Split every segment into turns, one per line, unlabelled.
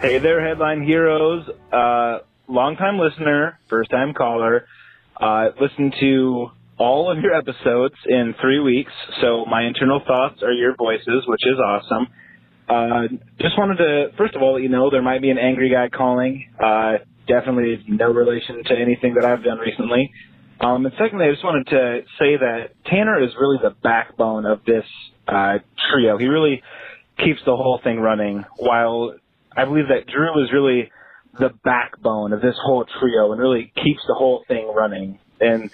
Hey there, headline heroes. Uh, longtime listener, first time caller. Uh, listened to all of your episodes in three weeks, so my internal thoughts are your voices, which is awesome. Uh, just wanted to, first of all, let you know there might be an angry guy calling. Uh, definitely is no relation to anything that I've done recently. Um, and secondly, I just wanted to say that Tanner is really the backbone of this uh, trio. He really keeps the whole thing running, while I believe that Drew is really the backbone of this whole trio and really keeps the whole thing running. And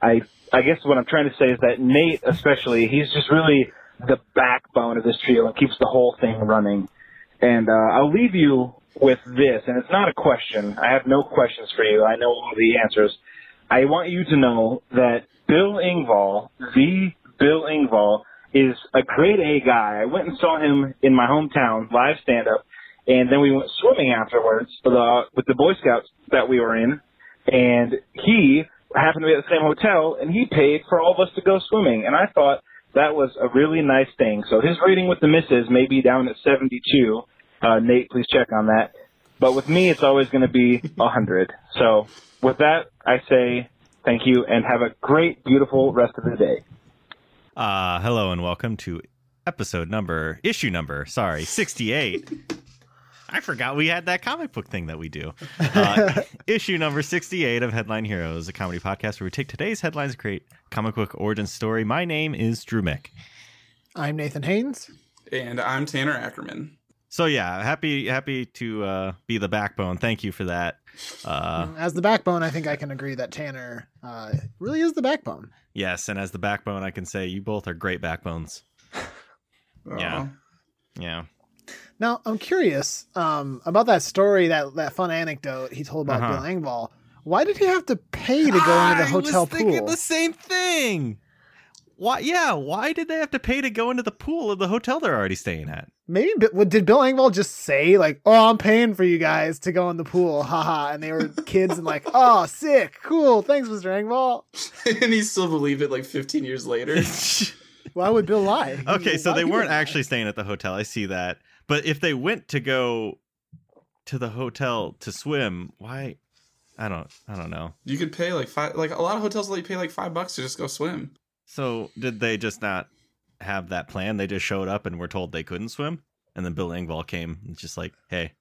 I, I guess what I'm trying to say is that Nate, especially, he's just really the backbone of this trio and keeps the whole thing running. And uh, I'll leave you with this, and it's not a question. I have no questions for you. I know all the answers. I want you to know that Bill Ingvall, the Bill Ingvall, is a grade A guy. I went and saw him in my hometown, live stand up, and then we went swimming afterwards with, uh, with the Boy Scouts that we were in, and he happened to be at the same hotel, and he paid for all of us to go swimming. And I thought that was a really nice thing. So his rating with the misses may be down at 72. Uh, Nate, please check on that. But with me, it's always going to be 100. So with that, I say thank you and have a great, beautiful rest of the day.
Uh, hello and welcome to episode number, issue number, sorry, 68. I forgot we had that comic book thing that we do. Uh, issue number 68 of Headline Heroes, a comedy podcast where we take today's headlines and create comic book origin story. My name is Drew Mick.
I'm Nathan Haynes.
And I'm Tanner Ackerman.
So yeah, happy happy to uh, be the backbone. Thank you for that. Uh,
As the backbone, I think I can agree that Tanner uh, really is the backbone.
yes, and as the backbone, I can say you both are great backbones. Yeah. Yeah.
Now, I'm curious um, about that story, that, that fun anecdote he told about
Uh-huh.
Bill Engvall. Why did he have to pay to go into the hotel pool?
the same thing. Why? Yeah. Why did they have to pay to go into the pool of the hotel they're already staying at?
Maybe Bi- what- did Bill Engvall just say like, "Oh, I'm paying for you guys to go in the pool, haha," and they were kids and like, "Oh, sick, cool, thanks, Mr. Engvall."
and he still believed it like 15 years later.
Why would Bill lie?
okay, so
Why
they
do
weren't
that?
actually staying at the hotel. I see that. But if they went to go to the hotel to swim, why? I don't. I don't know.
you could pay like five, like a lot of hotels let you pay like five bucks to just go swim.
So did they just not have that plan? They just showed up and were told they couldn't swim, and then Bill Engvall came and just like, "Hey,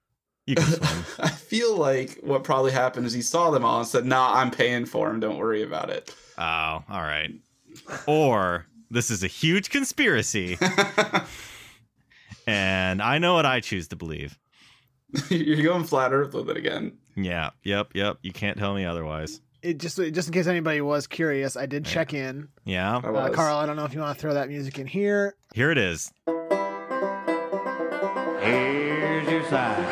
you can swim."
I feel like what probably happened is he saw them all and said, "Nah, I'm paying for him. Don't worry about it."
oh, all right. Or this is a huge conspiracy, and I know what I choose to believe.
You're going flat Earth with it again.
Yeah. Yep. Yep. You can't tell me otherwise.
It just just in case anybody was curious, I did check in.
Yeah.
I
Uh,
was.
Carl, I don't know if you want to throw that music in here.
Here it is.
Here's your sign.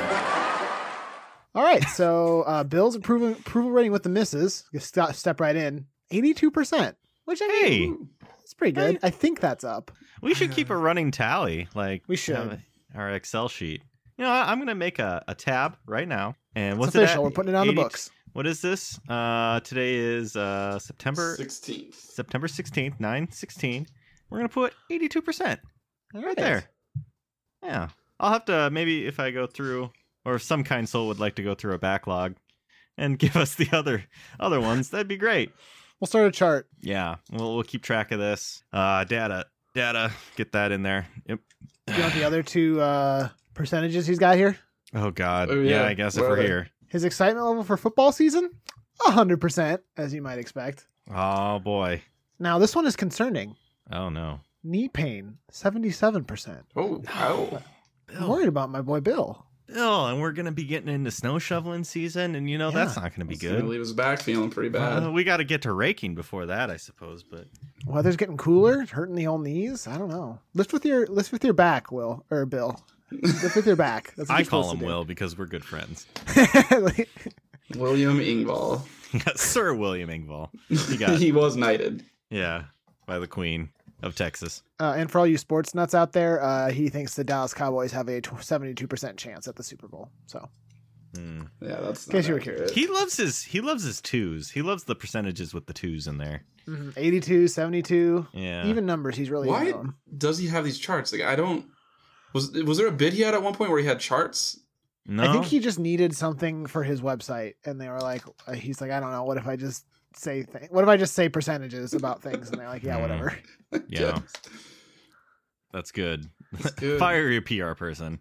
All right, so uh, Bill's approval approval rating with the misses. Just st- step right in, eighty two percent, which I mean,
Hey.
it's pretty good. I think that's up.
We should keep a running tally, like
We should.
have our Excel sheet. You know, I- I'm gonna make a, a tab right now, and
It's
what's
official.
It at?
We're putting it on the
80
books.
What is this? Uh, today is uh September
16th.
September sixteenth, nine sixteen. We're gonna put eighty two percent
All
right there. Yeah, I'll have to maybe if I go through, or if some kind soul would like to go through a backlog, and give us the other other ones. That'd be great.
We'll start a chart.
Yeah, we'll we'll keep track of this. Uh, data data, get that in there. Yep.
Do you want the other two uh, percentages he's got here?
Oh God.
Oh,
yeah.
yeah.
I guess
What
if
are
we're
they?
here.
His excitement level for football season, hundred percent, as you might expect.
Oh boy.
Now this one is concerning.
Oh no.
Knee pain, seventy seven percent.
Oh, wow.
I'm
Bill,
worried about my boy Bill.
Bill, and we're gonna be getting into snow shoveling season, and you know that's
Yeah.
not gonna be
He's gonna
good.
leave his back feeling pretty bad.
Well, we got to get to raking before that, I suppose. But
Weather's getting cooler, hurting the old knees. I don't know. Lift with your lift with your back, Will or Bill. Lift with your back. That's what
I
you're
call
supposed
him
to do.
Will because we're good friends.
Like,
William Ingvall.
Sir William Ingvall. You got
he was knighted.
yeah by the Queen of Texas.
uh, and for all you sports nuts out there, uh, he thinks the Dallas Cowboys have a seventy-two percent chance at the Super Bowl. So
Hmm.
Yeah, that's.
case
not
you were
accurate.
He loves his he loves his twos. He loves the percentages with the twos in there.
82, 72,
Yeah.
even numbers. He's really
Why
into 'em.
does he have these charts? Like, I don't. Was was there a bid he had at one point where he had charts?
No,
I think he just needed something for his website, and they were like, uh, he's like, I don't know. What if I just say thing? What if I just say percentages about things? And they're like, yeah,
Hmm.
whatever.
yeah, that's good.
That's good.
Fire your PR person,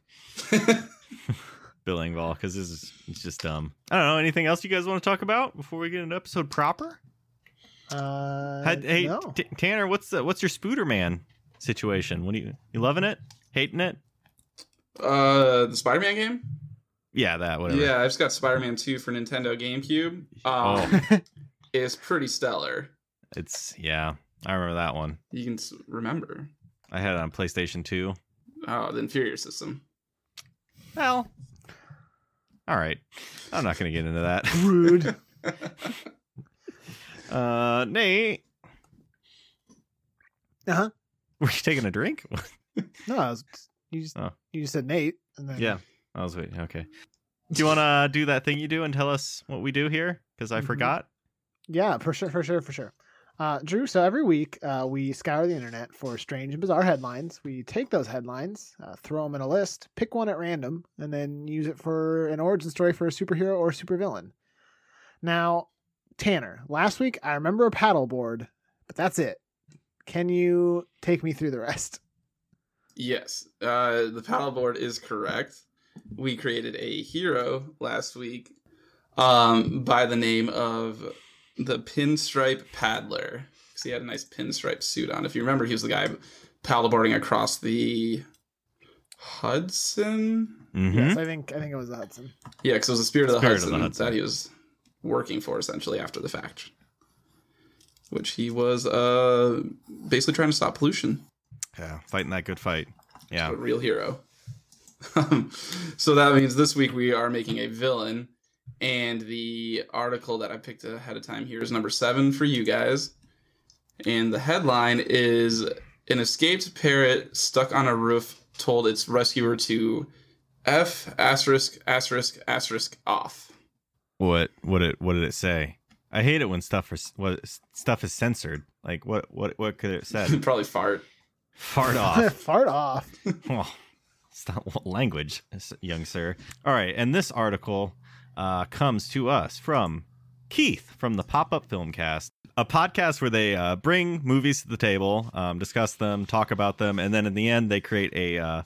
Bill Engvall, because this is it's just dumb. I don't know anything else you guys want to talk about before we get into episode proper.
Uh,
Had- hey,
no.
T- Tanner, what's the, what's your Spooderman situation? What are you you loving it? Hating it?
uh, the Spider-Man game.
Yeah, that whatever.
Yeah, I just got Spider-Man Two for Nintendo GameCube. Um,
Oh,
It's pretty stellar.
it's yeah. I remember that one.
You can s- remember.
I had it on PlayStation Two.
Oh, the inferior system.
Well, all right. I'm not going to get into that.
Rude.
Uh, Nate.
Uh-huh.
Were you taking a drink?
No, I was, you just
Oh.
you just said Nate, and then
yeah. I was waiting. Okay. Do you want to do that thing you do and tell us what we do here? Because I
Mhm.
forgot.
Yeah, for sure, for sure, for sure. Uh, Drew, so every week uh, we scour the internet for strange and bizarre headlines. We take those headlines, uh, throw them in a list, pick one at random, and then use it for an origin story for a superhero or supervillain. Now, Tanner, last week I remember a paddleboard, but that's it. Can you take me through the rest?
Yes, uh, the paddleboard is correct. We created a hero last week um, by the name of the Pinstripe Paddler. 'Cause he had a nice pinstripe suit on. If you remember, he was the guy paddleboarding across the Hudson.
Mm-hmm.
Yes, I think I think it was the Hudson.
Yeah, because it was the Spirit, of, the
Spirit of
Hudson
the Hudson.
that he was working for, essentially, after the fact. Which he was uh, basically trying to stop pollution.
Yeah. Fighting that good fight. Yeah.
a real hero. Um, so that means this week we are making a villain, and the article that I picked ahead of time here is number seven for you guys, and the headline is "An escaped parrot stuck on a roof told its rescuer to f asterisk asterisk asterisk off."
What? What? It? What did it say? I hate it when stuff is what stuff is censored. Like what? What? What could it have said?
Probably fart.
Fart off.
Fart off.
Well, it's not language, s- young sir. All right, and this article uh, comes to us from Keith from the Pop Up Film Cast, a podcast where they uh, bring movies to the table, um, discuss them, talk about them, and then in the end they create a uh,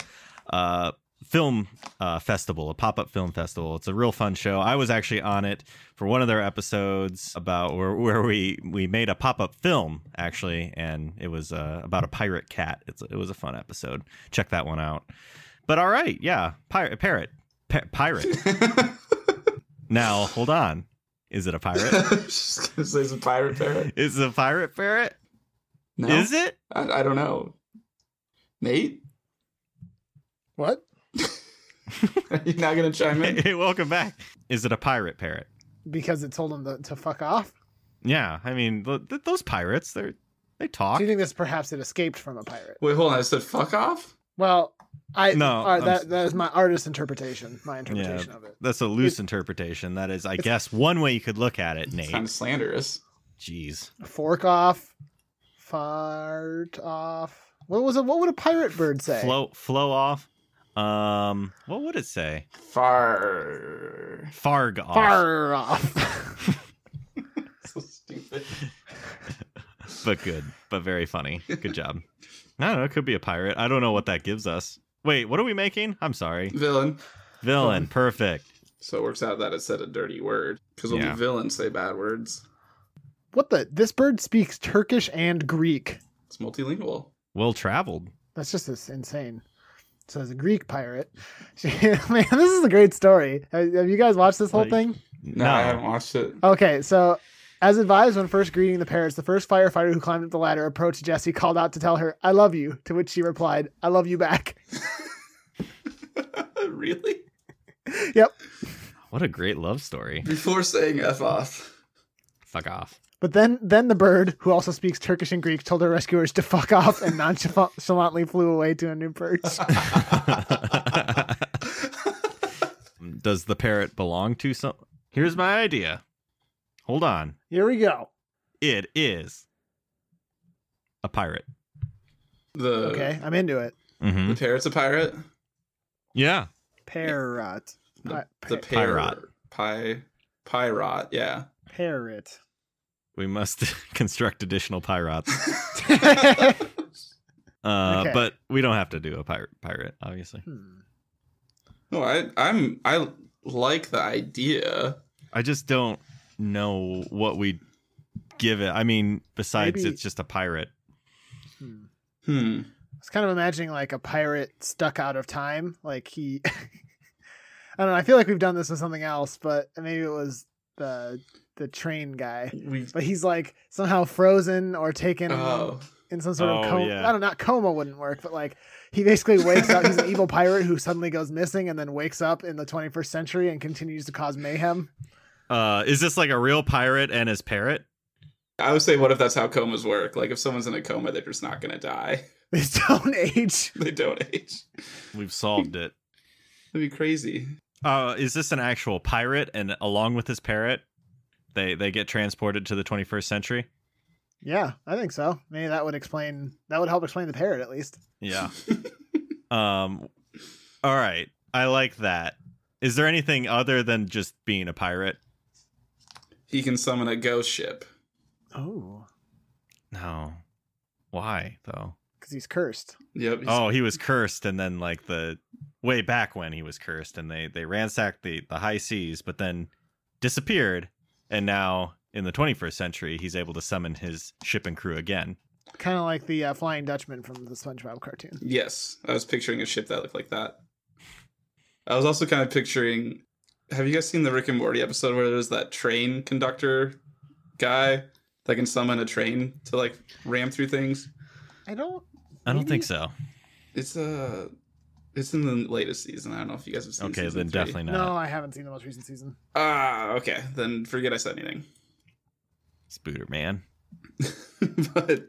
uh, film uh, festival, a pop up film festival. It's a real fun show. I was actually on it for one of their episodes about where, where we we made a pop up film actually, and it was uh, about a pirate cat. It's, it was a fun episode. Check that one out. But all right, yeah, pirate parrot pa- pirate. now hold on, is it a pirate?
Just gonna say it's a pirate parrot.
is it a pirate parrot?
No,
Is it?
I, I don't know. Nate,
What?
are you not gonna chime in?
Hey, hey, welcome back. Is it a pirate parrot?
Because it told him to, to fuck off.
Yeah, I mean th- th- those pirates, they're they talk.
Do you think this perhaps it escaped from a pirate?
Wait, hold on. I said fuck off.
Well, I
No,
no.
I'm s-
that that is my artist interpretation. My interpretation of it.
That's a loose interpretation. That is, I guess, one way you could look at it,
It's kind
Nate.
of slanderous.
Jeez.
Fork off, fart off. What was it? What would a pirate bird say?
Flow flow off. Um what would it say?
Far.
Farg off.
Far off.
So stupid.
But good. But very funny. Good job. I don't know, it could be a pirate. I don't know what that gives us. Wait, what are we making? I'm sorry.
Villain.
Villain. Perfect.
So it works out that it said a dirty word because only
Yeah.
villains say bad words.
what the? This bird speaks Turkish and Greek.
It's multilingual.
Well traveled.
That's just this insane. So as a Greek pirate, she, man, this is a great story. Have, have you guys watched this whole
Like-
thing?
No, I haven't watched it.
Okay, so as advised when first greeting the parents, the first firefighter who climbed up the ladder approached Jessie, called out to tell her, I love you, to which she replied, I love you back.
really?
What a great love story.
Before saying f off.
Fuck off.
But then then the bird, who also speaks Turkish and Greek, told her rescuers to fuck off and nonchalantly flew away to a new perch.
Does the parrot belong to some Here's my idea. Hold on.
Here we go.
It is a pirate.
The
Okay, I'm into it.
Mm-hmm.
the parrot's a pirate.
Yeah.
Parrot. Pi-
The
pi-
pirate.
Pyrot.
Py, pyrot, yeah.
parrot.
We must construct additional pyrots.
Hmm,
Uh,
Okay.
But we don't have to do a pirate, pirate obviously.
Hmm.
no, I, I'm I like the idea.
I just don't know what we give it. I mean, besides
Maybe-
it's just a pirate.
Hmm.
Hmm.
I was kind of imagining like a pirate stuck out of time. Like he, I don't know. I feel like we've done this with something else, but maybe it was the the train guy.
We
But he's like somehow frozen or taken
oh
in some sort of
Oh,
coma.
yeah.
I don't know. Not coma wouldn't work, but like he basically wakes up. He's an evil pirate who suddenly goes missing and then wakes up in the 21st century and continues to cause mayhem.
Uh, is this like a real pirate and his parrot?
I would say what if that's how comas work? Like if someone's in a coma, they're just not gonna die.
They don't age.
They don't age.
We've solved it.
That'd be crazy.
Uh, is this an actual pirate? And along with his parrot, they they get transported to the 21st century.
Yeah, I think so. Maybe that would explain. That would help explain the parrot at least.
Yeah. um. All right. I like that. Is there anything other than just being a pirate?
He can summon a ghost ship.
Oh,
No. Why though?
because he's cursed.
Yep. he's-
Oh, he was cursed, and then like the way back when he was cursed, and they they ransacked the the high seas, but then disappeared, and now in the 21st century, he's able to summon his ship and crew again.
Kind of like the uh, Flying Dutchman from the SpongeBob cartoon.
Yes, I was picturing a ship that looked like that. I was also kind of picturing. Have you guys seen the Rick and Morty episode where there's that train conductor guy that can summon a train to like ram through things?
I don't.
I don't
Maybe.
think so.
It's uh, it's in the latest season. I don't know if you guys have seen.
Okay,
season
then
three.
definitely not.
No, I haven't seen the most recent season.
Ah, okay. Then forget I said anything.
Spooter man.
but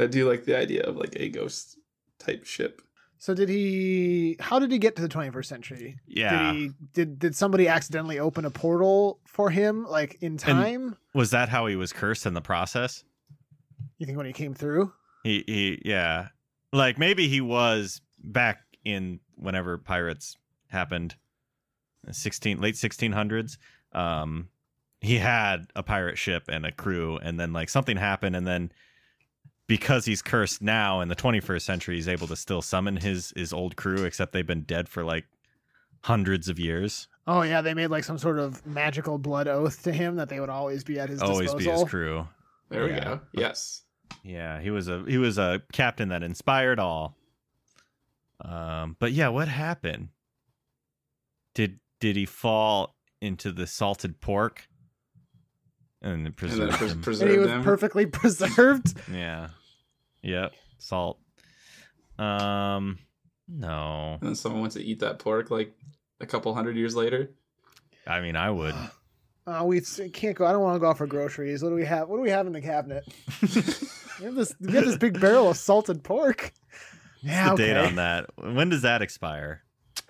I do like the idea of like a ghost type ship.
So did he? How did he get to the 21st century?
Yeah.
Did he? Did did somebody accidentally open a portal for him, like in time?
Was that how he was cursed in the process?
you think when he came through?
He he yeah. Like maybe he was back in whenever pirates happened, uh, sixteen late sixteen hundreds. Um, he had a pirate ship and a crew, and then like something happened, and then because he's cursed now in the twenty first century, he's able to still summon his his old crew, except they've been dead for like hundreds of years.
Oh yeah, they made like some sort of magical blood oath to him that they would always be at his
Always be
disposal.
his crew.
There we
Yeah.
go. Yes.
Yeah, he was a he was a captain that inspired all. Um, but yeah, what happened? Did did he fall into the salted pork? And it
And then
preserved him.
pres-
and he
preserve
was
them.
perfectly preserved.
yeah. Yep. Salt. Um. No.
and then someone wants to eat that pork like a couple hundred years later.
I mean, I would.
Oh, we s- can't go. I don't want to go out for groceries. What do we have? What do we have in the cabinet? We have this. We have this big barrel of salted pork.
What's
Yeah,
the date
okay.
on that? When does that expire?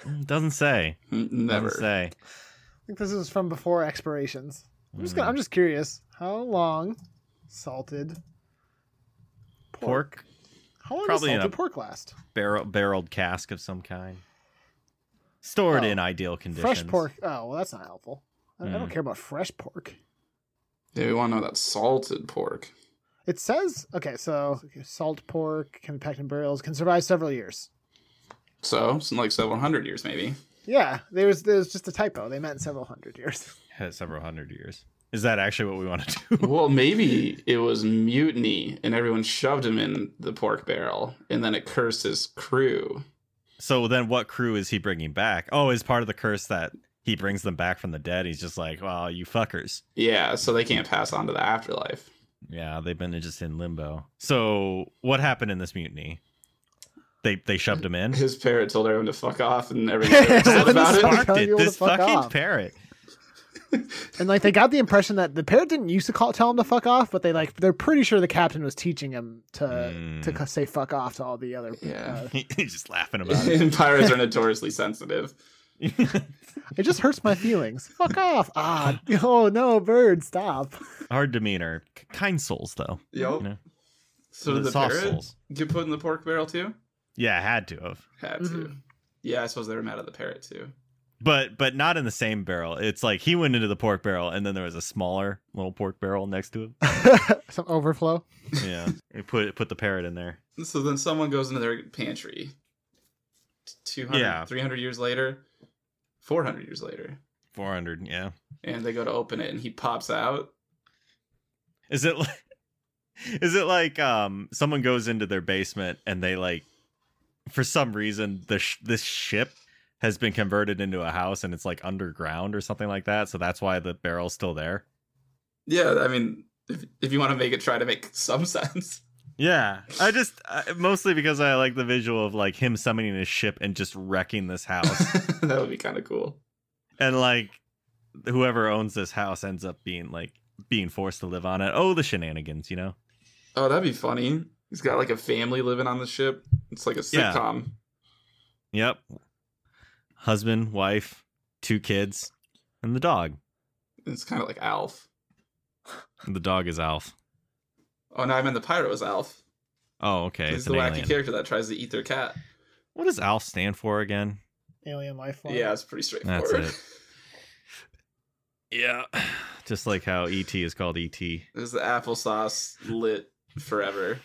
Mm, Doesn't say.
N-
Doesn't
Never.
say.
I think this is from before expirations. I'm just
Mm.
gonna, I'm just curious. How long salted
pork
How long
Probably
does
in
salted
a-
pork last?
barrel barreled cask of some kind, stored
Oh.
in ideal conditions.
Fresh pork. Oh well, that's not helpful. I, I don't
Mm.
care about fresh pork.
Yeah, we want to know that salted pork.
It says okay. So salt pork can be packed in barrels, can survive several years.
So, some- like several hundred years maybe.
Yeah, there's there's just a typo. They meant several hundred years.
Had several hundred years. Is that actually what we want to do?
well, maybe it was mutiny and everyone shoved him in the pork barrel and then it cursed his crew.
so then, what crew is he bringing back? Oh, is part of the curse that he brings them back from the dead? He's just like, wow, you fuckers.
Yeah, so they can't pass on to the afterlife.
Yeah, they've been just in limbo. So what happened in this mutiny? They they shoved him in.
His parrot told everyone to fuck off and everyone was upset
That's
about
what
it.
sparked
Tell
it.
you to
This
fuck
fucking
off.
parrot.
And like they got the impression that the parrot didn't used to call, tell him to fuck off, but they like they're pretty sure the captain was teaching him to to
Mm.
c- say fuck off to all the other.
Yeah.
uh,
He's just laughing about it.
and pirates are notoriously sensitive.
it just hurts my feelings. fuck off! Ah, oh no, bird, stop.
Hard demeanor, K- kind souls though.
Yup.
You know?
So did the
Soft
parrot
souls.
get put in the pork barrel too?
Yeah, had to have.
Had to.
Mhm.
Yeah, I suppose they were mad at the parrot too.
but but not in the same barrel. It's like he went into the pork barrel, and then there was a smaller little pork barrel next to him.
Some overflow.
Yeah, he put put the parrot in there.
So then someone goes into their pantry. 200,
Yeah.
300 years later, 400 years later.
Four hundred. Yeah.
And they go to open it and he pops out.
Is it like, is it like um someone goes into their basement and they like for some reason the sh- this ship has been converted into a house and it's like underground or something like that, so that's why the barrel's still there.
Yeah, I mean, if, if you want to make it try to make some sense.
Yeah, I just I, mostly because I like the visual of like him summoning his ship and just wrecking this house,
that would be kind of cool.
and like whoever owns this house ends up being like being forced to live on it. Oh, the shenanigans, you know?
Oh, that'd be funny. He's got like a family living on the ship. It's like a
Yeah.
sitcom.
Yep. Husband, wife, two kids, and the dog.
It's kind of like Alf.
The dog is Alf.
Oh, no, I meant the pirate was Alf.
Oh, okay.
He's
It's
the
an
wacky
alien.
character that tries to eat their cat.
What does Alf stand for again?
Alien life form.
Yeah, it's pretty straightforward.
it. Yeah. Just like how ET is called E ET.
It was the applesauce lit forever.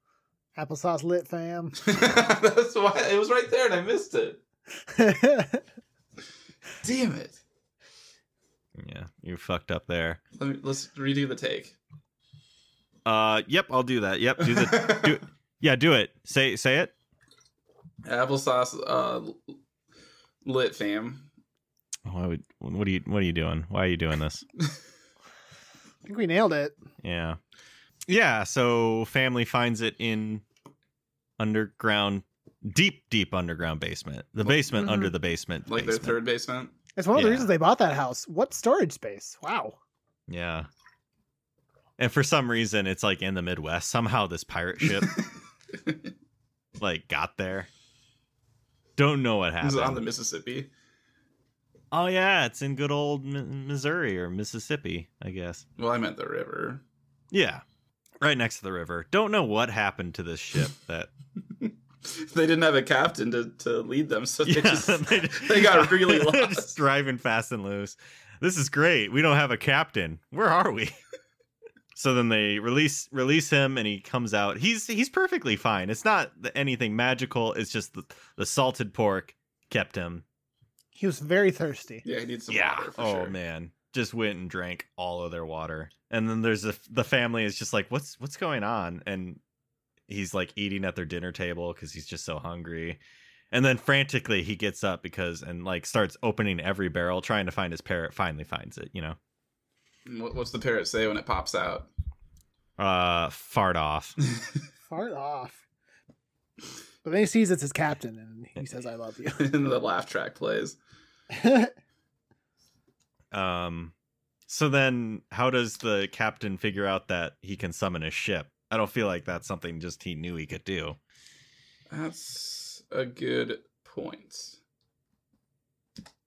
Applesauce lit fam.
That's why it was right there and I missed it. Damn it.
Yeah, you fucked up there.
Let me, let's redo the take.
Uh, yep, I'll do that. Yep, do the do- yeah, do it. Say say it.
applesauce uh, lit fam.
Why would, what are you what are you doing? Why are you doing this?
I think we nailed it.
Yeah, yeah. So family finds it in underground, deep deep underground basement. The basement
Mhm.
under the basement.
Like
basement.
their third basement.
It's one of the
Yeah.
reasons they bought that house. What storage space? Wow.
Yeah. And for some reason, it's like in the Midwest. Somehow this pirate ship
it
like got there. Don't know what
was
happened.
on the Mississippi.
oh yeah, it's in good old Mi- Missouri or Mississippi, I guess.
Well, I meant the river.
Yeah, right next to the river. Don't know what happened to this ship. That
They didn't have a captain to, to lead them, so they
Yeah,
just they got really
they're
lost.
just driving fast and loose. This is great. We don't have a captain. Where are we? so then they release release him, and he comes out. He's he's perfectly fine. It's not th- anything magical. It's just the, the salted pork kept him.
He was very thirsty.
Yeah, he needs some water for
oh
sure.
man, just went and drank all of their water. And then there's the the family is just like, what's what's going on? And he's like eating at their dinner table because he's just so hungry. And then frantically he gets up because and like starts opening every barrel trying to find his parrot. Finally finds it, you know.
What- What's the parrot say when it pops out?
Uh, fart off.
Fart off. But then he sees it's his captain and he says, I love you.
and the laugh track plays.
Um, so then how does the captain figure out that he can summon a ship? I don't feel like that's something just he knew he could do.
That's a good point.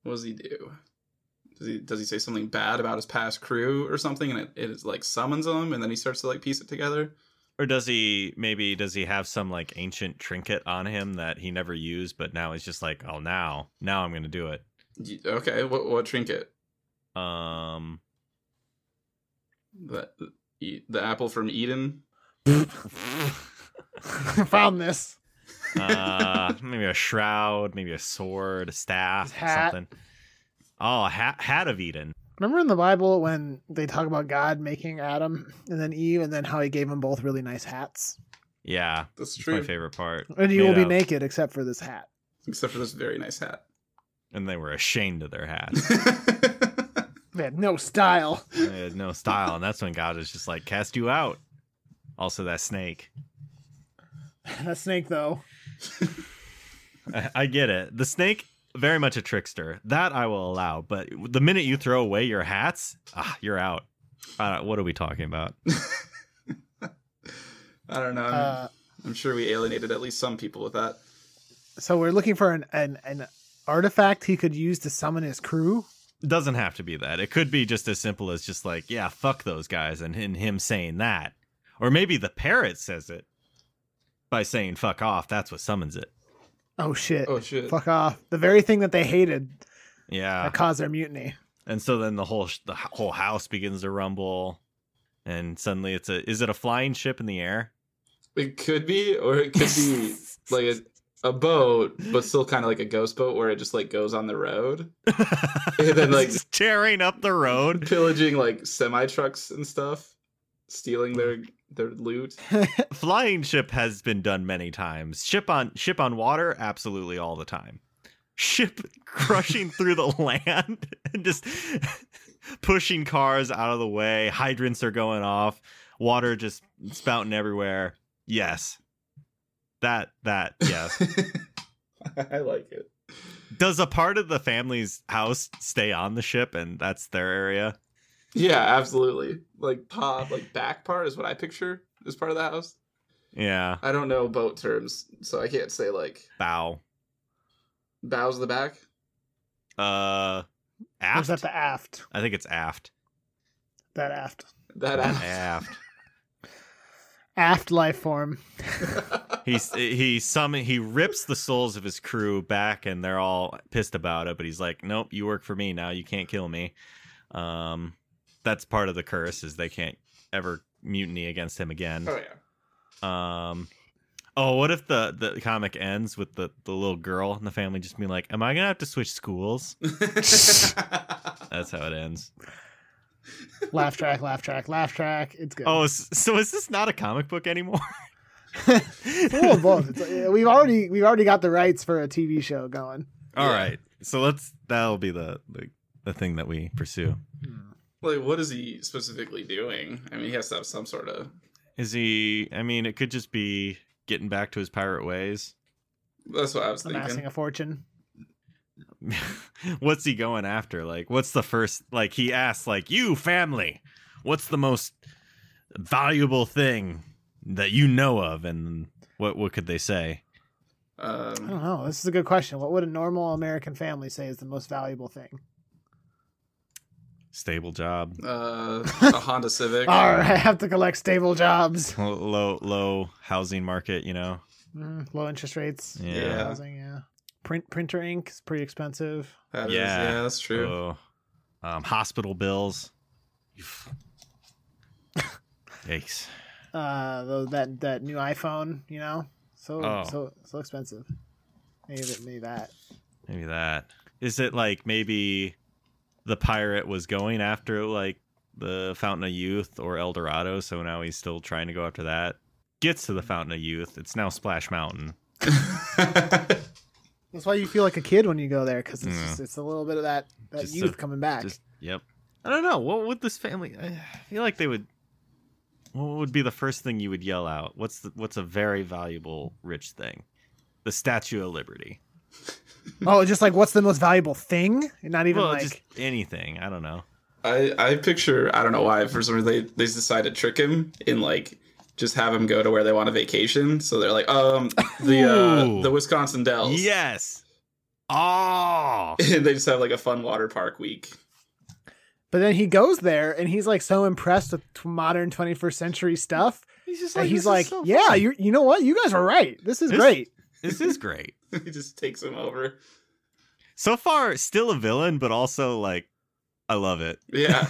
What does he do? Does he does he say something bad about his past crew or something, and it, it is like summons him, and then he starts to like piece it together?
Or does he maybe does he have some like ancient trinket on him that he never used, but now he's just like, oh, now now I'm gonna do it.
Y- Okay, what what trinket?
Um,
The e- the apple from Eden.
Found this.
uh, maybe a shroud, maybe a sword, a staff,
His hat.
something. Oh, a hat hat of Eden.
Remember in the Bible when they talk about God making Adam and then Eve and then how he gave them both really nice hats?
Yeah,
That's
it's my
true.
favorite part.
And you
Made
will be
up.
naked except for this hat.
Except for this very nice hat.
And they were ashamed of their hats.
They had no style.
they had no style, and that's when God is just like cast you out. Also, that snake.
that snake, though.
I I get it. The snake, very much a trickster. That I will allow. But the minute you throw away your hats, ah, you're out. Uh, what are we talking about?
I don't know. I'm,
Uh,
I'm sure we alienated at least some people with that.
so we're looking for an, an, an artifact he could use to summon his crew.
Doesn't have to be that. It could be just as simple as just like, yeah, fuck those guys, and, and him saying that, or maybe the parrot says it by saying fuck off. That's what summons it.
Oh, shit.
Oh shit.
Fuck off. The very thing that they hated.
Yeah.
that caused their mutiny.
And so then the whole sh- the h- whole house begins to rumble, and suddenly it's a is it a flying ship in the air?
It could be, or it could be like a, a boat, but still kind of like a ghost boat where it just like goes on the road, And then, like-
It's tearing up the road.
pillaging like semi trucks and stuff, stealing their their loot.
Flying ship has been done many times. Ship on ship on water, absolutely all the time. Ship crushing through the land and just pushing cars out of the way. Hydrants are going off. Water just spouting everywhere. Yes. That that yes.
I like it.
Does a part of the family's house stay on the ship and that's their area?
Yeah, absolutely. Like pop, like back part is what I picture as part of the house.
Yeah.
I don't know boat terms, so I can't say like
Bow.
bows the back.
Uh
Or
aft.
is that the aft?
I think it's aft.
That aft.
That ass.
aft.
Aft life form.
He's he summon he rips the souls of his crew back and they're all pissed about it, but he's like, Nope, you work for me now, you can't kill me. Um that's part of the curse is they can't ever mutiny against him again.
oh yeah.
Um, oh, what if the the comic ends with the the little girl and the family just being like, "Am I gonna have to switch schools?" That's how it ends.
laugh track, laugh track, laugh track. It's good.
Oh, s- so is this not a comic book anymore?
It's a little of both. It's, uh, we've already we've already got the rights for a TV show going.
All
Yeah.
right, so let's that'll be the, the the thing that we pursue.
like, what is he specifically doing? I mean, he has to have some sort of.
Is he? I mean, it could just be getting back to his pirate ways.
That's what I was
Amassing
thinking.
a fortune.
what's he going after? Like, what's the first? Like, he asks, like, you family, what's the most valuable thing that you know of? And what what could they say?
I don't
Um,
know. This is a good question. What would a normal American family say is the most valuable thing?
Stable job,
uh, a Honda Civic.
All right, I have to collect stable jobs.
L- low low housing market. You know,
Mm, low interest rates.
yeah,
Yeah.
Housing, yeah. Print printer ink is pretty expensive.
That is-
Yeah.
yeah, that's true.
Oh, um, hospital bills. Yikes!
Uh, though that that new iPhone, you know, so
Oh.
so so expensive. Maybe that, maybe that.
Maybe that is it. Like maybe the pirate was going after like the Fountain of Youth or El Dorado, so now he's still trying to go after that. Gets to the Fountain of Youth. It's now Splash Mountain.
That's why you feel like a kid when you go there because it's
Yeah.
just, it's a little bit of that that
Just
youth
so-
coming back.
Just yep. I don't know. What would this family? I feel like they would. What would be the first thing you would yell out? What's the, what's a very valuable rich thing? The Statue of Liberty.
oh, just like what's the most valuable thing? And not even
well,
like
just anything. I don't know.
I I picture I don't know why for some reason they they decide to trick him and like just have him go to where they want a vacation. So they're like, um, the uh,
Ooh.
the Wisconsin Dells.
Yes. Oh.
and they just have like a fun water park week.
But then he goes there and he's like so impressed with t- modern 21st century stuff.
He's just
and he's like, "Yeah, you you know what? You guys are right. This is
This-
great."
this is great.
he just takes him over.
So far, still a villain, but also like, I love it.
Yeah,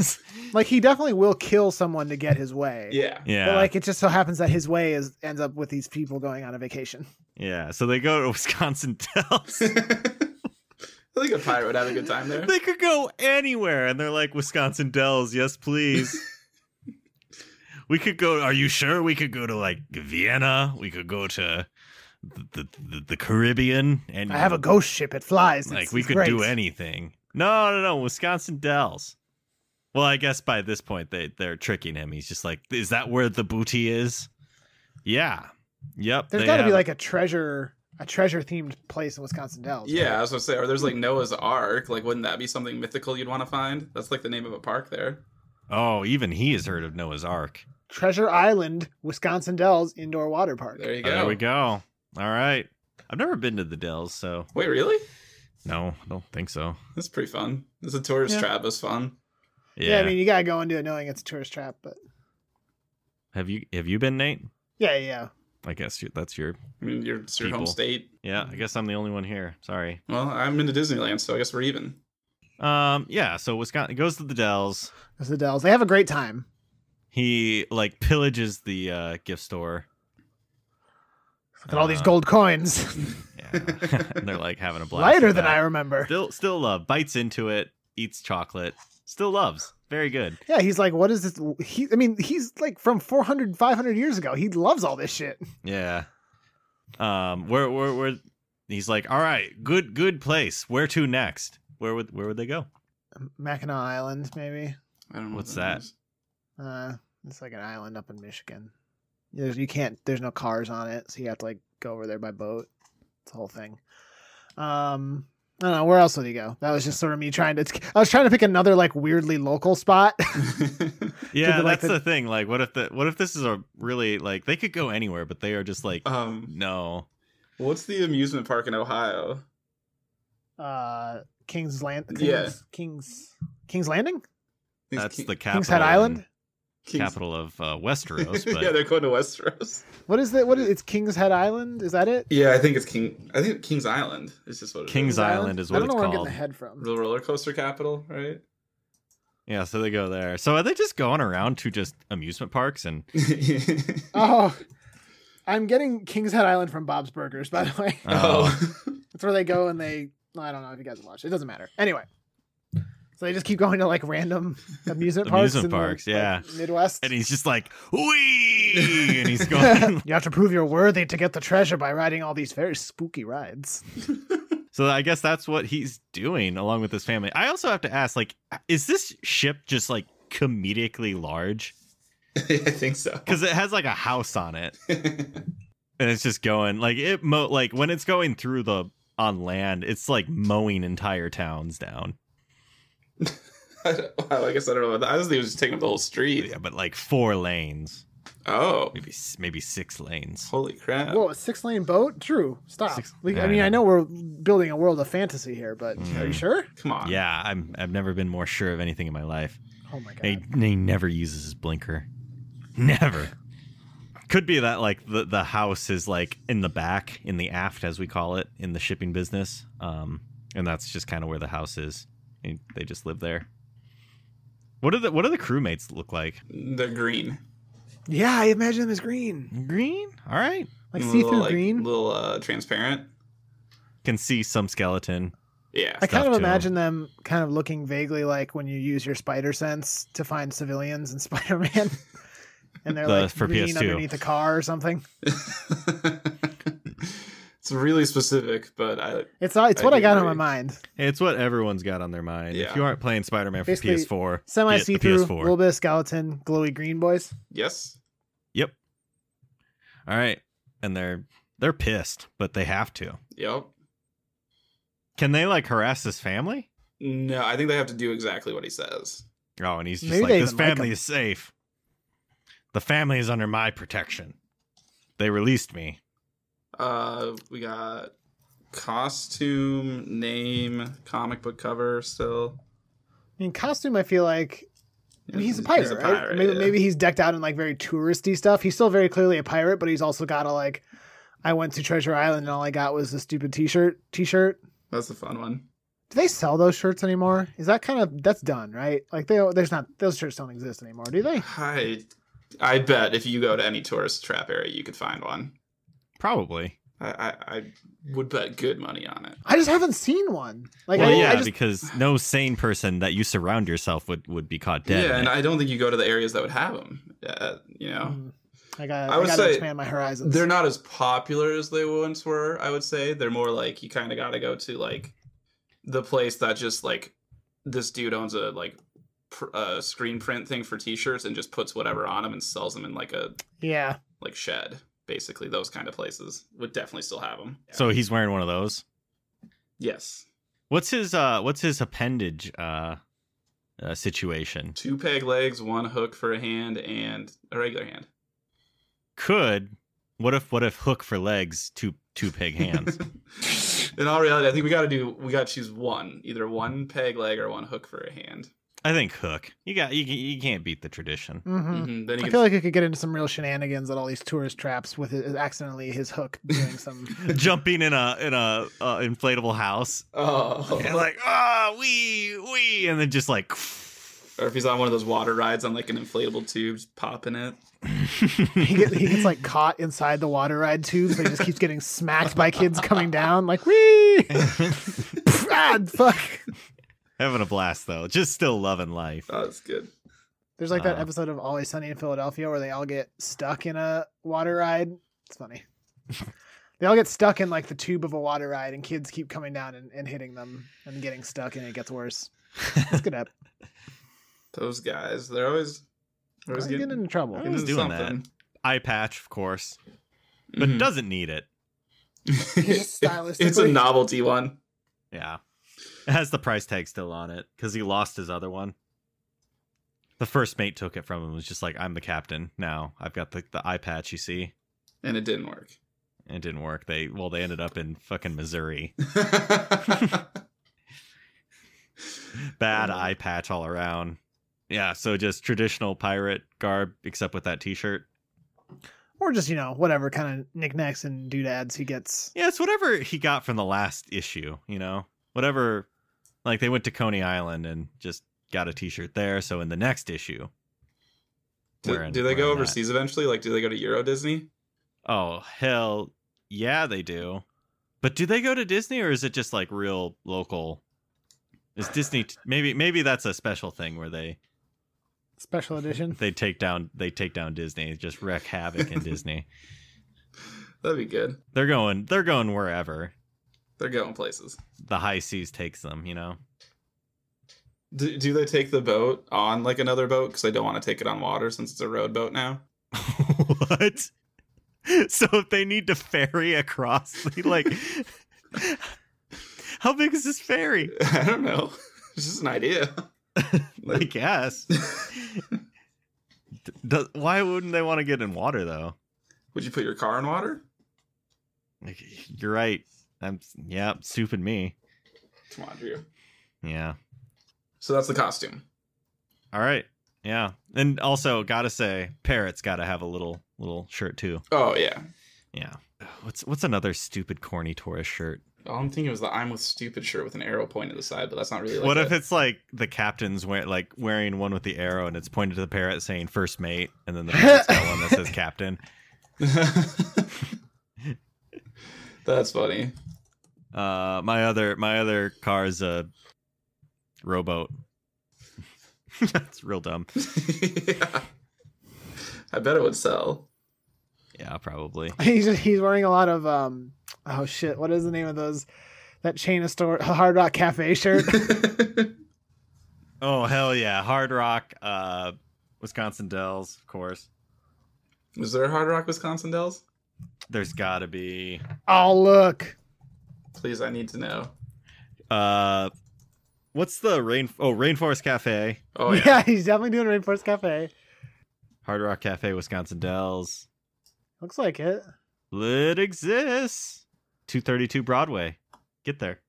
Like he definitely will kill someone to get his way.
yeah.
Yeah.
But like it just so happens that his way is ends up with these people going on a vacation.
yeah. So they go to Wisconsin Dells.
I think a pirate would have a good time there.
they could go anywhere, and they're like, Wisconsin Dells, yes, please. we could go. Are you sure we could go to like Vienna? We could go to the the, the Caribbean. And
I have a ghost ship. It flies.
Mm. Like
It's-
we
it's
could do
great.
anything. No, no, no. Wisconsin Dells. Well, I guess by this point they they're tricking him. He's just like, is that where the booty is? Yeah. Yep.
There's
they
got to be
have-
like a treasure a treasure themed place in Wisconsin Dells. right?
Yeah, I was gonna say, or there's like Noah's Ark. Like, wouldn't that be something mythical you'd want to find? That's like the name of a park there.
Oh, even he has heard of Noah's Ark.
Treasure Island, Wisconsin Dells indoor water park.
There you
Oh,
go.
there we go. All right. I've never been to the Dells, so
Wait, really?
no, I don't think so.
That's pretty fun. It's a tourist
Yeah.
trap. It's fun.
Yeah.
Yeah. I mean, you got to go into it knowing it's a tourist trap, but
have you have you been Nate?
yeah, yeah, yeah.
I guess you, that's your.
I mean, you're, it's your home
People.
state.
Yeah, I guess I'm the only one here. Sorry.
Well, I'm into Disneyland, so I guess we're even.
Um, yeah. So Wisconsin goes to the Dells.
It's the Dells. They have a great time.
He like pillages the uh, gift store.
Look at all these
Uh,
gold coins.
Yeah. and they're like having a blast.
Lighter
with
than I
that.
remember.
Still, still love. Bites into it. Eats chocolate. Still loves. Very good.
Yeah, he's like, what is this? He, I mean, he's like from 400, 500 years ago. He loves all this shit.
Yeah. Um. Where? Where? Where? He's like, all right, good, good place. Where to next? Where would? Where would they go?
Mackinac Island, maybe.
I don't know.
What's
what
that?
is.
Uh, it's like an island up in Michigan. There's, you can't. There's no cars on it, so you have to like go over there by boat. It's the whole thing. Um, I don't know. Where else would he go? That was just sort of me trying to. I was trying to pick another like weirdly local spot.
Yeah,
the, like,
that's
the-
the thing. Like, what if the? What if this is a really like they could go anywhere, but they are just like,
um,
no.
what's the amusement park in Ohio?
Uh, King's Land. King's,
Yeah.
King's King's Landing.
I think
That's
King-
the capital.
King's Head Island.
and-
King's-
Capital of uh, Westeros, but
yeah, they're going to Westeros.
What is that? What is it's King's Head Island? Is that it?
Yeah, I think it's King. I think King's Island is just what it is.
King's Island is
I
what
don't
it's
know where I'm
called.
getting the head from.
the roller coaster capital, right?
Yeah, so they go there. So are they just going around to just amusement parks and?
Oh, I'm getting King's Head Island from Bob's Burgers, by the way.
Oh.
That's where they go and they. I don't know if you guys have watched. It doesn't matter. Anyway, so they just keep going to like random amusement parks.
Amusement
in the,
parks,
like,
yeah.
Midwest.
and he's just like, wee, and he's going.
you have to prove you're worthy to get the treasure by riding all these very spooky rides.
So I guess that's what he's doing along with his family. I also have to ask, like, is this ship just like comedically large?
I think so.
Because it has like a house on it,
yeah,
and it's just going like it mo like when it's going through the on land, it's like mowing entire towns down.
I, don't- wow, I guess I don't know about that. I just think it was just taking up the whole street.
Yeah, but like four lanes,
Oh,
maybe s- maybe six lanes.
holy crap!
Whoa, a six lane boat? True. Stop.
Six-
we,
Yeah,
I
I
mean, I
know.
know we're building a world of fantasy here, but are you
Mhm.
sure?
Come on.
Yeah, I'm I've never been more sure of anything in my life.
Oh my god.
And he, and he never uses his blinker. Never. Could be that like the the house is like in the back, in the aft as we call it in the shipping business. Um and that's just kind of where the house is. And they just live there. What do the what do the crewmates look like?
They're green.
Yeah, I imagine them as green,
Green? All right.
like
A
see
little,
through
like,
green.
little uh, transparent.
Can see some skeleton.
Yeah,
I kind
stuff
of
to 'em.
imagine them kind of looking vaguely like when you use your spider sense to find civilians in Spider Man. and they're
The-
like
for
green
PS2.
underneath the car or something.
it's really specific, but I
It's all, it's
I
what I got on
agree.
my mind.
It's what everyone's got on their mind. If
Yeah.
you aren't playing Spider-Man for
Basically,
PS4,
Semi
get the
see through,
PS4.
little bit of skeleton, glowy green boys.
yes,
All right. And they're they're pissed, but they have to.
yep.
Can they like harass his family?
No, I think they have to do exactly what he says.
Oh, and he's just
Maybe
like,
they
this
even like
family
him."
is safe. The family is under my protection. They released me.
Uh, we got costume, name, comic book cover still.
I mean, costume, I feel like I mean, he's a pirate. right? maybe,
yeah.
maybe he's decked out in like very touristy stuff. He's still very clearly a pirate, but he's also got a like, I went to Treasure Island and all I got was a stupid t shirt. T shirt.
that's the fun one.
Do they sell those shirts anymore? Is that kind of that's done, right? Like they there's not those shirts don't exist anymore, do they?
I, I bet if you go to any tourist trap area, you could find one.
Probably.
I, I, I would bet good money on it.
I just haven't seen one. Like
well,
I,
yeah,
I just
because no sane person that you surround yourself would would be caught dead.
yeah,
in
and
it.
I don't think you go to the areas that would have them. Uh, you know,
Mm. I got
I
I,
would
got to
say
expand my horizons.
they're not as popular as they once were. I would say they're more like you kind of got to go to like the place that just like this dude owns a like pr- uh, screen print thing for t-shirts and just puts whatever on them and sells them in like a
yeah.
like shed. Basically, those kind of places would definitely still have them.
so he's wearing one of those.
yes,
What's his uh what's his appendage uh, uh situation?
two peg legs, one hook for a hand, and a regular hand.
Could what if what if hook for legs, two two peg hands?
in all reality, I think we got to do we got to choose one, either one peg leg or one hook for a hand.
I think Hook. You got you, you can't beat the tradition.
Mm-hmm.
hmm Then he
I
gets
feel like it could get into some real shenanigans at all these tourist traps with his, accidentally his hook doing some.
Jumping in a in a uh, inflatable house
oh,
and like ah wee wee and then just like
or if he's on one of those water rides on like an inflatable tube, just popping it.
he, get, he gets like caught inside the water ride tube, so he just keeps getting smacked by kids coming down. Like wee, ah, fuck.
having a blast though. Just still loving life.
Oh, that's good.
There's like that
Uh.
episode of Always Sunny in Philadelphia where they all get stuck in a water ride. It's funny. they all get stuck in like the tube of a water ride, and kids keep coming down and, and hitting them and getting stuck, and it gets worse. It's good up.
Those guys, they're always, they're always
I'm getting
getting,
into trouble.
He was
into
doing that.
something.
Eye patch, of course, but
Mhm.
doesn't need it.
Just
it's a
stylistically.
novelty one.
Yeah. It has the price tag still on it because he lost his other one. The first mate took it from him. It was just like, I'm the captain now. I've got the, the eye patch, you see.
and it didn't work.
It didn't work. They well, they ended up in fucking Missouri. Bad
Oh.
eye patch all around. Yeah, so just traditional pirate garb, except with that T-shirt.
or just you know whatever kind of knickknacks and doodads he gets.
Yeah, it's whatever he got from the last issue. You know, whatever. Like they went to Coney Island and just got a T-shirt there. So in the next issue,
do,
wearing-
do they go
wearing that.
overseas eventually? Like, do they go to Euro Disney?
Oh hell yeah, they do. But do they go to Disney or is it just like real local? Is Disney maybe maybe that's a special thing where they
Special edition.
they take down they take down Disney just wreck havoc in Disney.
That'd be good.
They're going they're going wherever
They're going places.
the high seas takes them. You know.
Do, do they take the boat on like another boat? Because they don't want to take it on water since it's a road boat now.
what? So if they need to ferry across, like, how big is this ferry?
I don't know. It's just an idea.
I
Like,
guess. D- does- why wouldn't they want to get in water though?
would you put your car in water?
Like, You're right. I'm yeah, stupid me.
Come on, Drew.
Yeah.
So that's the costume.
All right. Yeah. And also gotta say, parrot's gotta have a little little shirt too.
Oh yeah.
Yeah. What's what's another stupid corny tourist shirt?
All I'm thinking was the "I'm with stupid" shirt with an arrow pointed to the side, but that's not really. Like
what if
a-
it's like the captain's wear, like wearing one with the arrow and it's pointed to the parrot saying first mate and then the parrot's got one that says captain.
that's funny.
Uh my other my other car's a rowboat. That's real dumb.
yeah. I bet it would sell.
Yeah, probably.
He's just, he's wearing a lot of um oh shit what is the name of those that chain of store Hard Rock Cafe shirt.
Oh hell yeah, Hard Rock, uh, Wisconsin Dells, of course.
Is there Hard Rock Wisconsin Dells?
There's got to be.
oh look,
Please, I need to know.
Uh, what's the rain? Oh, Rainforest Cafe,
Oh
yeah.
yeah.
he's definitely doing Rainforest Cafe.
Hard Rock Cafe, Wisconsin Dells.
Looks like it.
It exists. Two thirty two Broadway. Get there.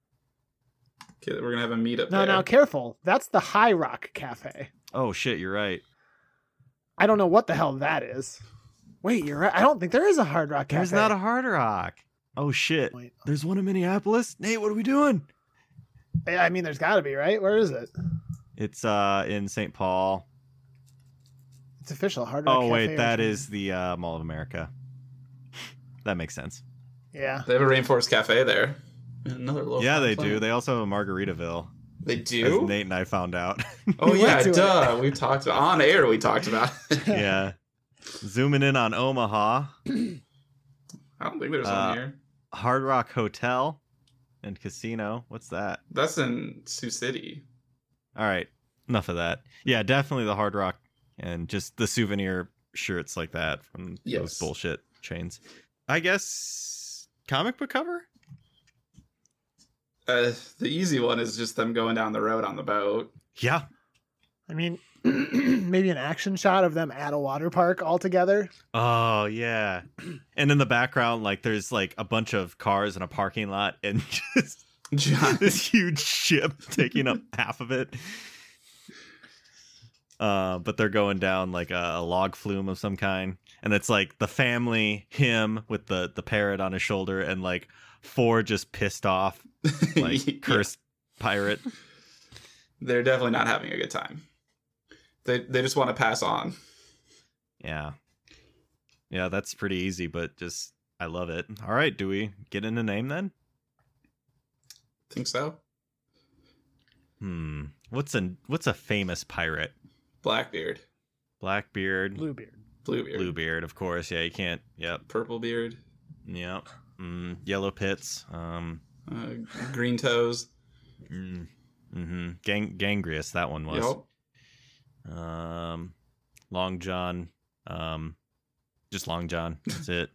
Okay, we're gonna have a meetup.
No,
there.
no, careful. That's the High Rock Cafe.
Oh shit, you're right.
I don't know what the hell that is. Wait, you're right. I don't think there is a Hard Rock Cafe.
There's not a Hard Rock. Oh shit.
Wait.
There's one in Minneapolis. Nate, what are we doing?
Yeah, I mean, there's got to be, right? Where is it?
It's uh in St. Paul.
It's official. Hard Rock
Oh
Cafe.
wait, that
Richmond.
is the uh, Mall of America. That makes sense.
Yeah.
They have a Rainforest Cafe there. And Another local.
Yeah, they do. They also have a Margaritaville.
They
As
do.
Nate and I found out.
Oh
We
yeah,
went to it.
duh. We talked about on air. We talked about. it.
yeah. Zooming in on Omaha,
I don't think there's one
Uh,
here.
Hard Rock Hotel and Casino. What's that?
That's in Sioux City.
All right. Enough of that. Yeah, definitely the Hard Rock and just the souvenir shirts like that from
Yes.
those bullshit chains. I guess comic book cover?
Uh, the easy one is just them going down the road on the boat.
Yeah.
I mean, maybe an action shot of them at a water park all together.
Oh yeah. And in the background like there's like a bunch of cars in a parking lot and just
John,
this huge ship taking up half of it. Uh, but they're going down like a, a log flume of some kind, and it's like the family, him with the the parrot on his shoulder, and like four just pissed off
Yeah.
like cursed pirate.
They're definitely not having a good time. They they just want to pass on.
Yeah, yeah, that's pretty easy, but just I love it. All right, do we get in a name then?
Think so?
Hmm, what's a what's a famous pirate?
Blackbeard,
Blackbeard,
Bluebeard.
Bluebeard,
Bluebeard, of course. Yeah, you can't. Yep,
Purplebeard,
yep. Mm, yellow pits. Um,
uh, Green Toes.
mm, hmm Gang- gangrious. That one was.
Yup.
Um, Long John. Um, just Long John. That's it.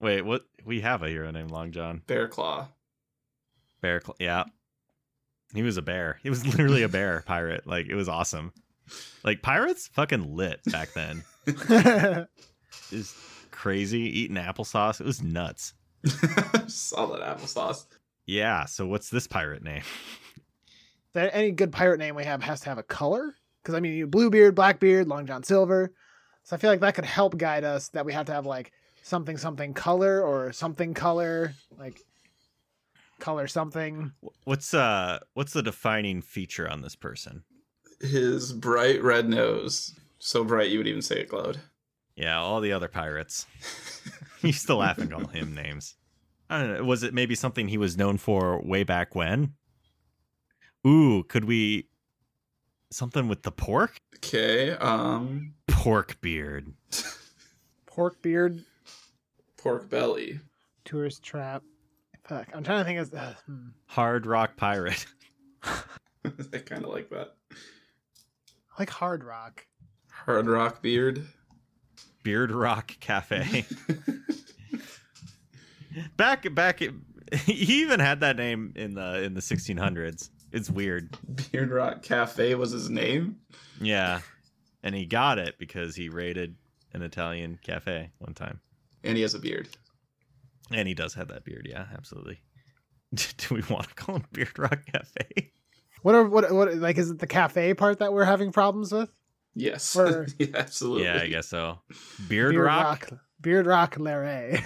Wait, what? We have a hero named Long John.
Bear Claw.
Bear. Cl- yeah. He was a bear. He was literally a bear pirate. Like it was awesome. Like pirates fucking lit back then. Is crazy eating applesauce. It was nuts.
Solid applesauce.
Yeah. So what's this pirate name?
that any good pirate name we have has to have a color because i mean you bluebeard blackbeard long john silver so i feel like that could help guide us that we have to have like something something color or something color like color something
Wh- What's uh? What's the defining feature on this person?
His bright red nose. So bright you would even say it glowed.
Yeah, all the other pirates. you used to laugh and call him names. I don't know. Was it maybe something he was known for way back when? Ooh, could we something with the pork?
Okay. Um
Pork beard.
pork beard
pork belly.
tourist trap fuck i'm trying to think of uh, hmm.
Hard rock pirate.
I kind of like that.
I like hard rock
Hard rock beard.
Beard Rock Cafe. back back he even had that name in the in the 1600s. It's weird.
Beard Rock Cafe was his name.
Yeah. And he got it because he raided an Italian cafe one time.
And he has a beard.
And he does have that beard, yeah, absolutely. Do we want to call him Beard Rock Cafe?
what are what what like is it the cafe part that we're having problems with
Yes.
Or-
yeah, absolutely.
Yeah, I guess so. Beard, Rock?
beard rock larry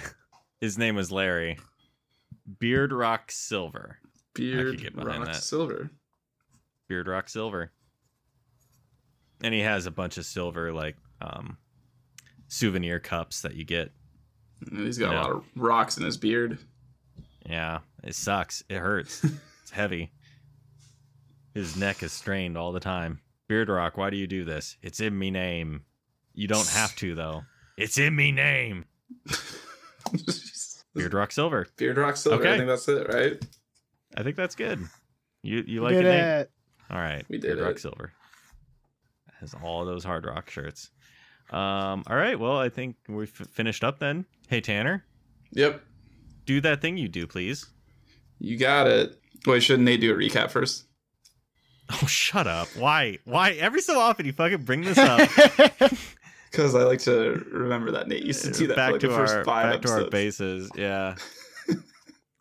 His name was Larry. Beard Rock Silver. I could
Beard
get behind
Rock
that.
Silver.
Beard Rock Silver. And he has a bunch of silver like um souvenir cups that you get.
And he's got
Yeah.
a lot of rocks in his beard.
Yeah, it sucks. It hurts. it's heavy. His neck is strained all the time. Beard Rock, why do you do this? It's in me name. You don't have to though. It's in me name. Beard Rock Silver.
Beard Rock Silver. I
Okay.
think that's it, right?
I think that's good. You you like
Did
your name?
it
All right.
We
Beard
did
Rock
it.
Silver. Has all those hard rock shirts. Um, all right. Well, I think we f- finished up then. Hey Tanner,
Yep.
do that thing you do, please.
You got it. Wait, shouldn't they do a recap first?
Oh, shut up. Why? Why? Every so often you fucking bring this up.
Because I like to remember that Nate used to do that
back
for like
to
the
our
first five
back to
episodes.
our bases. Yeah.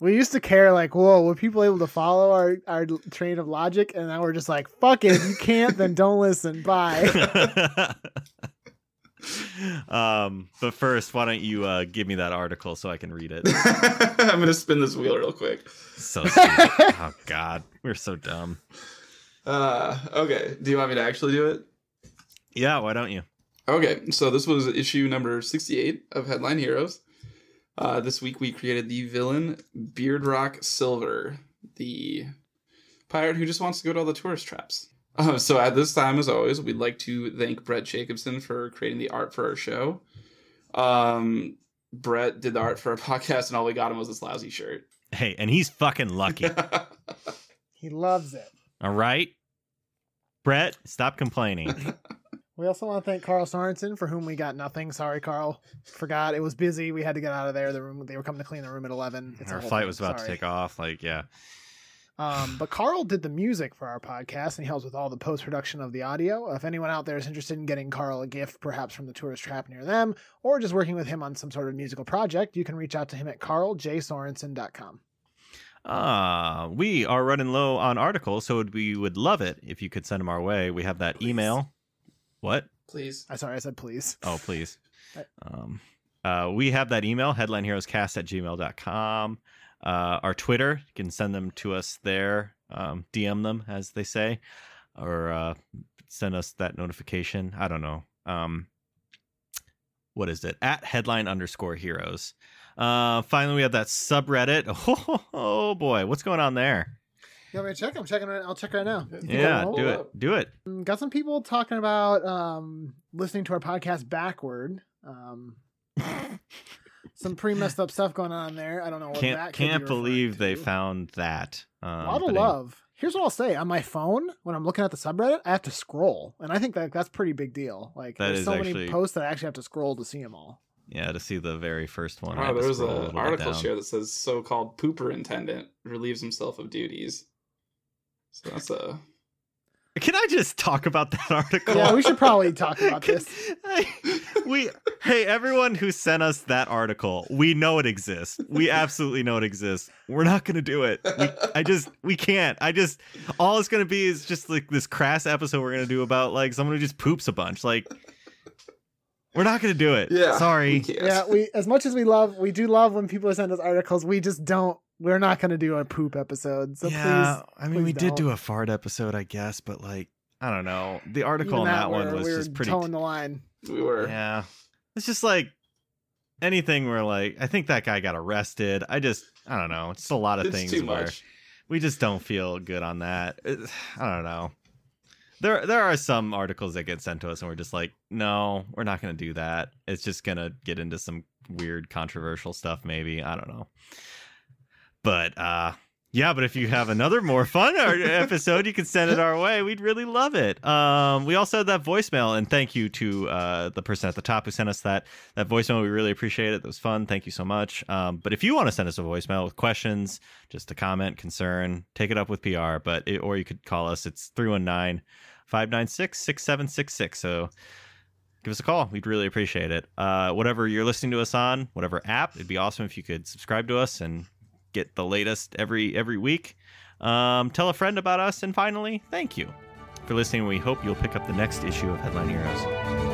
We used to care like, whoa, were people able to follow our, our train of logic? And now we're just like, fuck it, if you can't, then don't listen. Bye.
um, but first, why don't you uh, give me that article so I can read it?
I'm gonna spin this wheel real quick.
So stupid. oh God, we're so dumb.
Uh, okay. Do you want me to actually do it?
Yeah, why don't you?
Okay, so this was issue number 68 of Headline Heroes. Uh, this week we created the villain Beard Rock Silver, the pirate who just wants to go to all the tourist traps. Uh, so at this time, as always, we'd like to thank Brett Jacobson for creating the art for our show. Um, Brett did the art for our podcast, and all we got him was this lousy shirt.
Hey, and he's fucking lucky.
he loves it.
All right. Brett, stop complaining.
We also want to thank Carl Sorensen for whom we got nothing. Sorry, Carl. Forgot it was busy. We had to get out of there. The room they were coming to clean the room at eleven. a
Our
whole
flight
thing.
was about
Sorry.
to take off. Like, yeah.
Um, but Carl did the music for our podcast and he helps with all the post production of the audio. If anyone out there is interested in getting Carl a gift, perhaps from the tourist trap near them, or just working with him on some sort of musical project, you can reach out to him at carljsorensen.com.
Ah, we are running low on articles, so we would love it if you could send them our way. We have that email. What?
Please.
I sorry, I said please.
Oh, please.
I-
Um, uh, we have that email, headlineheroescast at gmail.com. Uh, our Twitter, you can send them to us there, um, DM them, as they say, or uh, send us that notification. I don't know. Um, what is it? At headline underscore heroes. Uh, finally, we have that subreddit. Oh, boy, what's going on there?
You want me to check? I'm checking. Right, I'll check right now.
You
Yeah,
got
do
it
it.
all up.
Do it.
Mm, Got some people talking about um, listening to our podcast backward. Um, some pretty messed up stuff going on there. I don't know. What
Can't
that could be
can't
referring
believe they
to.
found that. Um,
a lot of
but anyway.
love. Here's what I'll say: on my phone, when I'm looking at the subreddit, I have to scroll, and I think that that's pretty big deal. Like,
That
there's
is
so
actually-
many posts that I actually have to scroll to see them all.
Yeah, to see the very first one. I
Wow,
had to
there was an
scroll a little bit
article
down.
here that says so-called pooper intendant relieves himself of duties. So that's a
Can I just talk about that article?
Yeah, we should probably talk about
Can-
this.
I- we hey everyone who sent us that article we know it exists we absolutely know it exists we're not gonna do it we, i just we can't i just all it's gonna be is just like this crass episode we're gonna do about like someone who just poops a bunch like we're not gonna do it
yeah. we
sorry
can't.
Yeah, we as much as we love, we do love when people send us articles. We just don't. We're not going to do a poop episode. So
yeah
please.
i mean we
please
did do
don't.
a fart episode i guess but like i don't know the article
even
on that,
we're-
one was
we're
just pretty
toeing the line.
we were.
Yeah. It's just like anything where like I think that guy got arrested. I just I don't know. It's just a lot of
It's
things
too
where
much.
we just don't feel good on that. It- I don't know. There there are some articles that get sent to us and we're just like, no, we're not gonna do that. It's just gonna get into some weird controversial stuff, maybe. I don't know. But uh yeah, but if you have another more fun ar- episode, you can send it our way. We'd really love it. Um, we also had that voicemail, and thank you to uh, the person at the top who sent us that that voicemail. We really appreciate it. That was fun. Thank you so much. Um, but if you want to send us a voicemail with questions, just a comment, concern, take it up with PR. But it, or you could call us. It's 319 596 6766. So give us a call. We'd really appreciate it. Uh, whatever you're listening to us on, whatever app, it'd be awesome if you could subscribe to us and get the latest every every week. Um, tell a friend about us, and finally, thank you for listening. We hope you'll pick up the next issue of Headline Heroes.